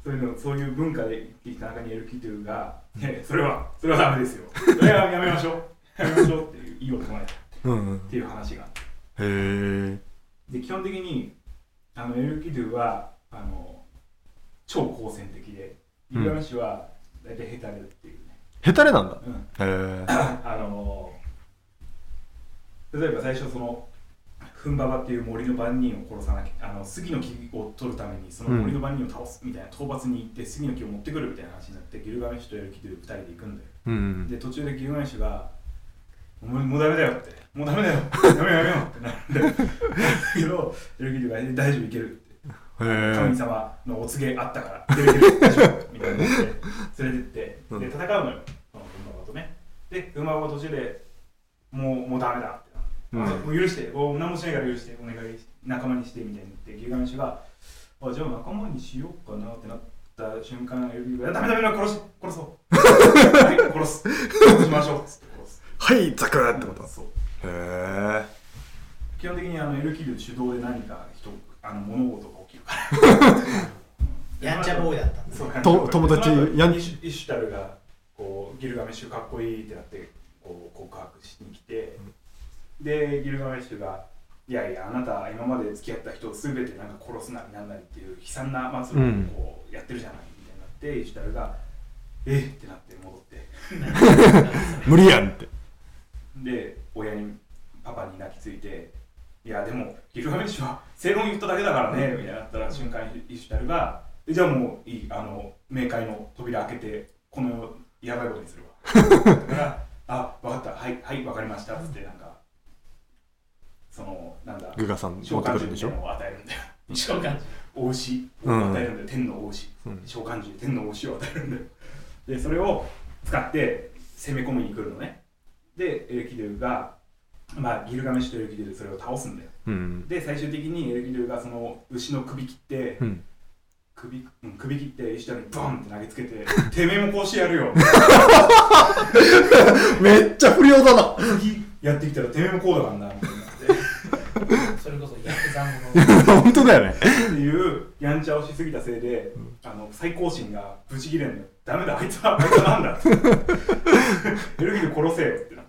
そういうのそういう文化で生きてきた中にエルキドゥが、 ねそれはそれはダメですよそれはやめましょうやめましょう」っていういい男前だっうんうんていう話がへえで基本的にあのエルキドゥはあの超好戦的でうんイラン氏は大体ヘタレっていうね、ヘタレなんだうんへえあの例えば最初そのフンババっていう森の番人を殺さなきゃあの杉の木を取るためにその森の番人を倒すみたいな討伐に行って杉の木を持ってくるみたいな話になってギルガメッシュとエルキドゥ2人で行くんだようんうんで途中でギルガメッシュが「もうもうダメだよ」って「もうダメ だよやめようやめよう」ってなるんだよけどエルキドゥが「大丈夫いける」ってへ神え様のお告げあったから、出てくる大丈夫みたいな感じで連れてって、うんで戦うのよ、その馬場とね。で、馬場が途中でもうもうダメだってなって、うんもう許して、お何もしないから許して、お願いし仲間にしてみたいに言って、ギルガメッシュが、あじゃあ仲間にしようかなってなった瞬間、エルビーが、ダメダメダメ、殺し殺 そう。はい、殺す。殺しましょうっつって殺す。はいザクってことへそうえ基本的にあのエルキル主導で何か人あの物事が起きるから。 やんちゃボーイだったんだそうと友達ややんんイシュイシュタルがこうギルガメッシュかっこいいってなってこう告白しに来て、でギルガメッシュが「いやいやあなた今まで付き合った人を全てなんか殺すなりなんなりっていう悲惨な祭りをこうやってるじゃない」みたいになってイシュタルが「えっ?」ってなって戻って無理やんってで親にパパに泣きついて「いやでもギルガメッシュは正論言っただけだからね」みたいになったら瞬間にイシュタルが「じゃあもういいあの冥界の扉開けてこのやばいことにするわ」だから 「あ分かったはいはい分かりました」っつってなんかそのなんだグガさん持召って喚獣くるんみでいしたょなのを与えるんだよ召喚獣お牛を与えるんだよ、天のお牛うん召喚獣天のお牛を与えるんだよでそれを使って攻め込みに来るのねでエルキドゥがまあギルガメッシュとエルキドゥでそれを倒すんだようんで最終的にエルキドゥがその牛の首切ってうん首,、うん、首切って石田にバンって投げつけて「てめえもこうしてやるよめっちゃ不良だな次やってきたらてめえもこうだからな」みたいになってそれこそヤクザもの 本当だよねっていうやんちゃをしすぎたせいで、あの最高神がブチ切れんのよダメだあいつはあいつはなんだ エルギル殺せよってな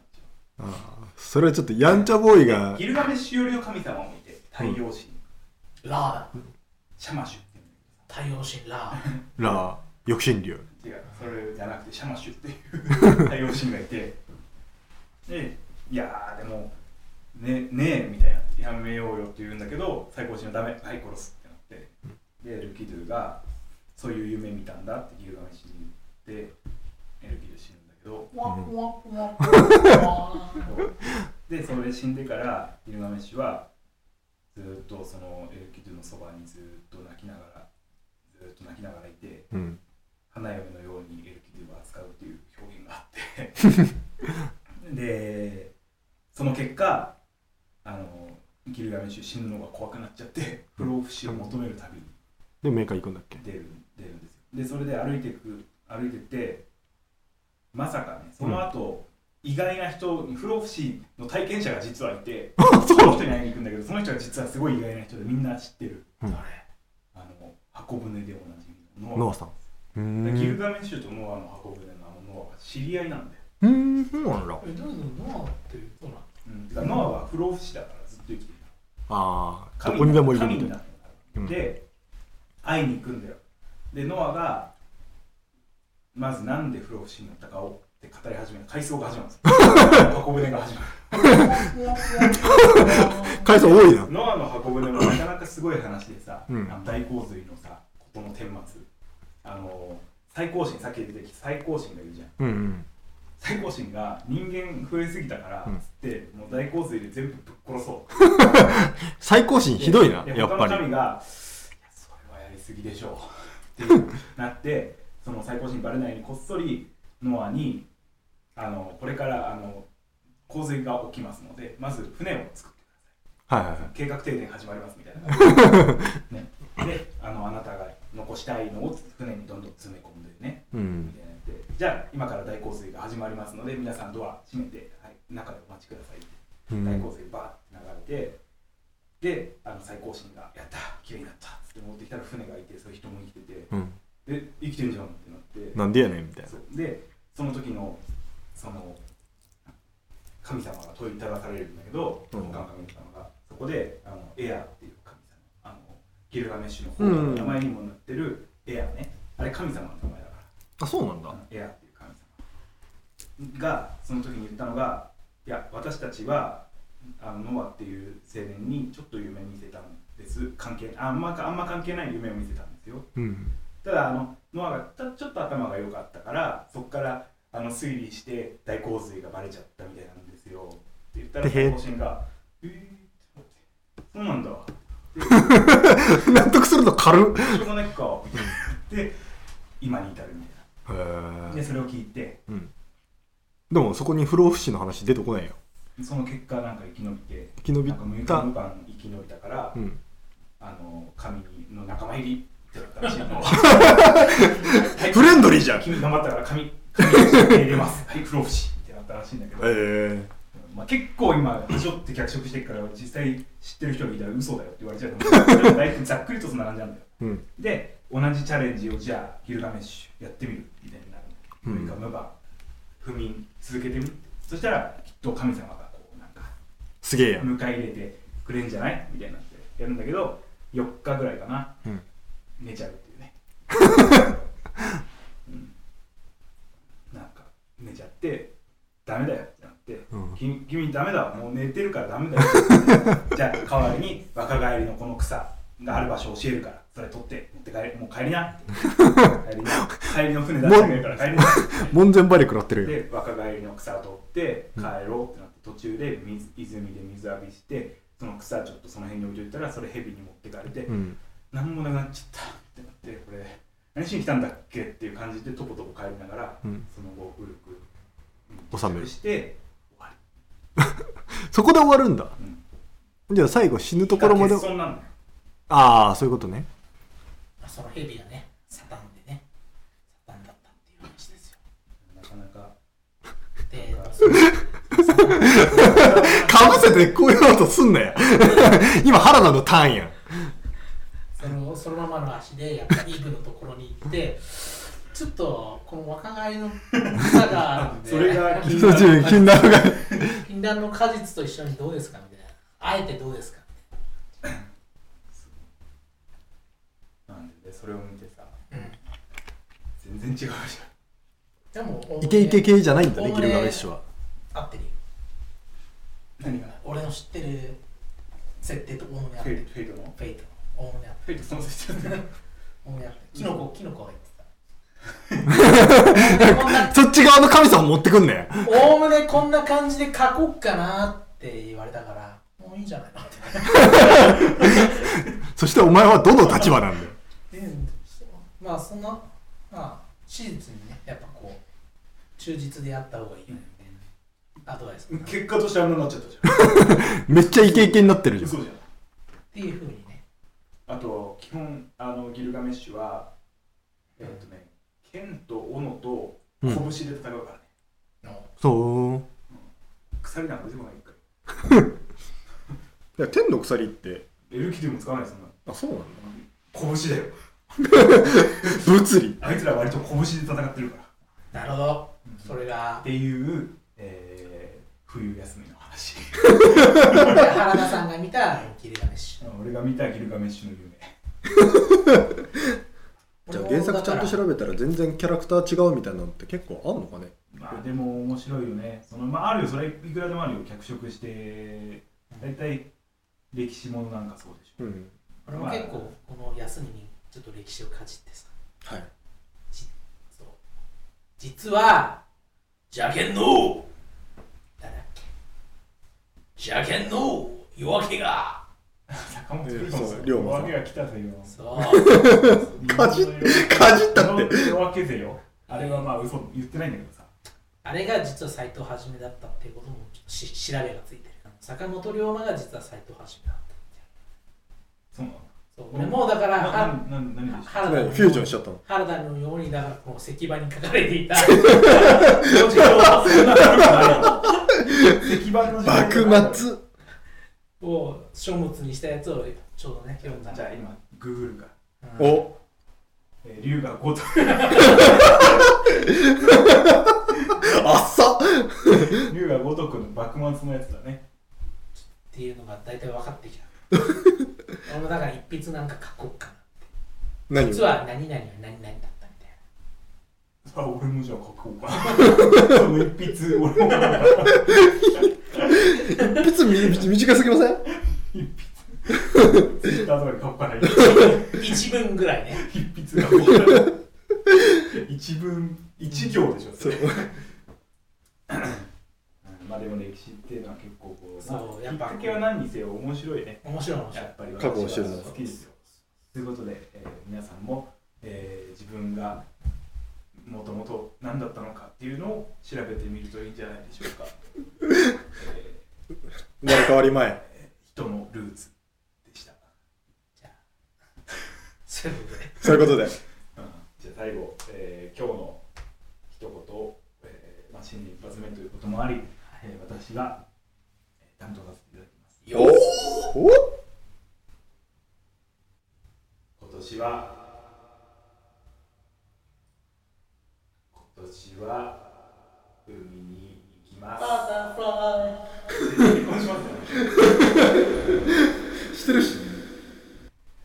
それはちょっとやんちゃボーイがギルガメッシュ寄りの神様を見て太陽神、ラーシャマシュってい太陽神ラら抑神流うの違うそれじゃなくてシャマシュっていう太陽神がいてでいやーでもねねえみたいなやめようよって言うんだけど最高神はダメはい殺すってなってでエルキドゥがそういう夢見たんだってギルガメッシュに言ってエルキドゥ死ぬんだけどーワンワンワンワンでそれで死んでからイルガメッシュはずーっとそのエルキドゥのそばにずーっと泣きながらずーっと泣きながらいてうん花嫁のようにエルキドゥを扱うっていう表現があってでその結果あのギルガメッシュ死ぬのが怖くなっちゃって不老不死を求める旅にでメーカー行くんだっ け出る出るんですよでそれで歩いてく歩いてってまさかねその後、意外な人に不老不死の体験者が実はいてその人に会いに行くんだけどその人が実はすごい意外な人でみんな知ってる、うんあれあの箱舟でおなじみのノアさんうーアギルんガメッシュとノアの箱舟のあのノアは知り合いなんだよ、うーんそうなんだえどうぞノアっていうのはうん、だからノアは不老不死だからずっと生きてるああど神こにでもいる神みたいにななるうんで、会いに行くんだよでノアがまずなんで不老不死になったかをって語り始める回想が始まるんですよ箱舟が始ま回数多いなるノアの箱舟もなかなかすごい話でさ、うんあの大洪水のさことの顛末あの最高神さっき出てきた最高神がいるじゃんうんうん最高神が人間増えすぎたからうんつって、もう大洪水で全部ぶっ殺そう最高神 ひどいなでやっぱ他のり神がいやそれはやりすぎでしょうってなってその最高神バレないようにこっそりノアにあのこれからあの洪水が起きますのでまず船を作ってはいはいはい計画停電始まりますみたいな、 ね、であのあなたが残したいのを船にどんどん詰め込んでねうみんたいなのでじゃあ今から大洪水が始まりますので皆さんドア閉めて、はい、中でお待ちください、う大ん洪水バーって流れてであの最高神が「やった綺麗になった」っつって持ってきたら船がいてそういう人も生きててうん「え生きてるじゃん」ってなってなんでやねんみたいなそうでその時のその神様が問いただされるんだけど、うん他の神様がそこであのエアっていう神様あのギルガメッシュの方の名前にもなってるエアね、あれ神様の名前だから。あそうなんだエアっていう神様がその時に言ったのがいや私たちはあのノアっていう青年にちょっと夢見せたんです関係あんまあんま関係ない夢を見せたんですようん ただあのノアがたちょっと頭が良かったからそこからあの推理して大洪水がバレちゃったみたいなんですよって言ったらでへ最高神が「えー、そうなんだ」納得するの軽っしょうがないか」みたいなで今に至るみたいへなーでそれを聞いてうんでもそこに不老不死の話出てこないよその結果なんか生き延びて生き延びなんか無た無感生き延びたから、うんあの神の仲間入りってなったらしいのフレンドリーじゃんへ君頑張ったから神神として受け入れます はい不老不死ってなったらしいんだけど、えまあ、結構今はしょって脚色してるから実際知ってる人がいたら嘘だよって言われちゃうと思うけどでも大体ざっくりとそんな感じなんだようんで同じチャレンジをじゃあギルガメッシュやってみるみたいになるうん無理か無ば不眠続けてみるそしたらきっと神様がこうなんかすげえやん迎え入れてくれんじゃないみたいになってやるんだけど4日ぐらいかな、うん寝ちゃうって いうね、うん、なんか寝ちゃってダメだよってなって、うん君君ダメだわもう寝てるからダメだ よじゃあ代わりに若返りのこの草がある場所を教えるからそれ取って持って帰りもう帰りなって帰りな帰りの船出してあげるから帰りな門前馬力なってるよで若返りの草を取って帰ろうってなって途中で水泉で水浴びしてその草ちょっとその辺に置いといたらそれ蛇に持ってかれて、うんなんもなくなっちゃったってなってこれ何しに来たんだっけっていう感じでとことこ帰りながら、うんその後うるくうん収めるしてそこで終わるんだうんじゃあ最後死ぬところまで欠損なんだよああそういうことねまあそのヘビがね、サタンでね、サタンだったっていう話ですよ。なかなか で、かぶせてこういうことすんなよ 今原田のターンやんそのそのままの足でやっぱイブのところに行ってちょっとこの若返り の草があるんでそれが気そにっちなる 気になるが 禁断の果実と一緒にどうですかみたいなあえてどうですかなんでそれを見てさ、全然違うじゃんでもおおむねイケイケ系じゃないんだねおおギむねルガメッシュは合ってるよ何が俺の知ってる設定とおおむね合っフェイてるトフェイトのフェイトおおむね合ってフェイるトその人 ってるおおむね合ってるキノコキノコが言ってたこんなそっち側の神様持ってくんねおおむねこんな感じで書こっかなって言われたからもういいんじゃないのって そしてお前はどの立場なんだよでまあそんなまあ手術にねやっぱこう忠実でやった方がいいよねアドバイスかなっ結果としてあんなになっちゃったじめっちゃイケイケになってるゃんじゃ嘘んじゃんていうふうにねあと基本あのギルガメッシュはえっとね剣と斧とう拳んで戦うからね、のそう鎖なんか出てこない一回いや天の鎖ってエルキドゥも使わないそんなあそうなんだの拳だよ物理あいつら割と拳で戦ってるからなるほどそっ れがていう、えー、冬休みの話原田さんが見たギルガメッシ俺が見たギルガメッシュの夢じゃあ原作ちゃんとべ調べたら全然キャラクター違うみたいなのって結構あんのかねまあでも面白いよねそのまああるよそれいくらでもあるよ脚色して大体歴史ものなんかそうでしうん俺も結構この休みにちょっと歴史をかじってさはいそう実は邪剣の誰だっけ邪剣の夜明けがょ坂本え龍え馬さそんう龍馬さん夜明けが来たぜよそうかじっかじったって夜明けぜよあれはまあ嘘言ってないんだけどさあれが実は斎藤はじめだったっていうこともちょっとし調べがついてるから坂本龍馬が実は斎藤はじめだったっていうそうなのそう俺もうだからなはなな何でした原田何のフュージョンしちゃったの原田のようにだからこう石板に書かれて いた石版の時代だから幕末を書物にしたやつをちょうどね読んだじゃあ今グーグルかうんおえー龍が如く あっさ龍が如くの幕末のやつだねっていうのが大体分かってきた俺もだから一筆なんか書こうかな何実は何々は何々だったみたいあ俺もじゃあ書 こうかなその一筆俺も一筆み短すぎませんツイッターとかで書こうかなな一文ぐらいね一筆がこう一文一行でしょそれうんまあでも歴史っていうのは結構こうそうまやあきっっぱかけは何にせよ面白いね面白い面白やいっぱり覚悟してるの私は好きですよということで、えー皆さんも、えー自分がもともと何だったのかっていうのを調べてみるといいんじゃないでしょうか、え生まれ変わり前ー人のルーツでしたそういうことでそういうことでじゃあ最後、えー今日の一言を、えーまあ、新年一発目ということもあり、えー私がえー担当させていただきますおお今年は今年は海に行きますしてるし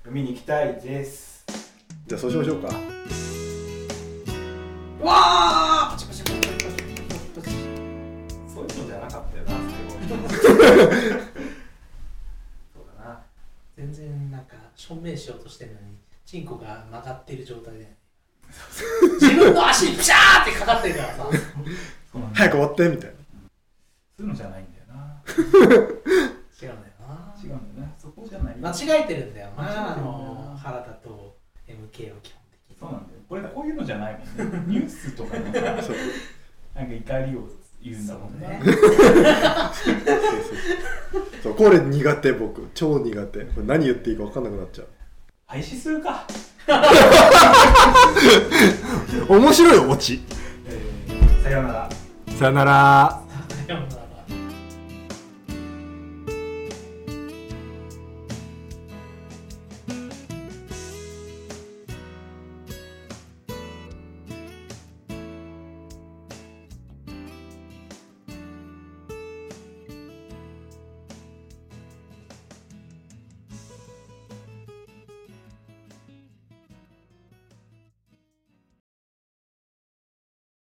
海に行きたいですじゃあそうしましょうかわあそういうのじゃなかったよな、 それはそうだな。全然なんか証明しようとしてるのにチンコが曲がってる状態で自分の足にピシャーってかかってるからさそうなんだ早く終わってみたいなそういうのじゃないんだよな。違うんだよな違うんだよな。そこじゃない。間違えてるんだよなあ間違えてるんだよのな原田と MK は基本的にそうなんだよ。これ、こういうのじゃないもん ね。ニュースとかのさなんかそう怒りを言うんだもんね。そうそう そうそうこれ苦手僕超苦手これ何言っていいか分かんなくなっちゃう廃止するか。面白いオチえーさようなら。さよならそうだよな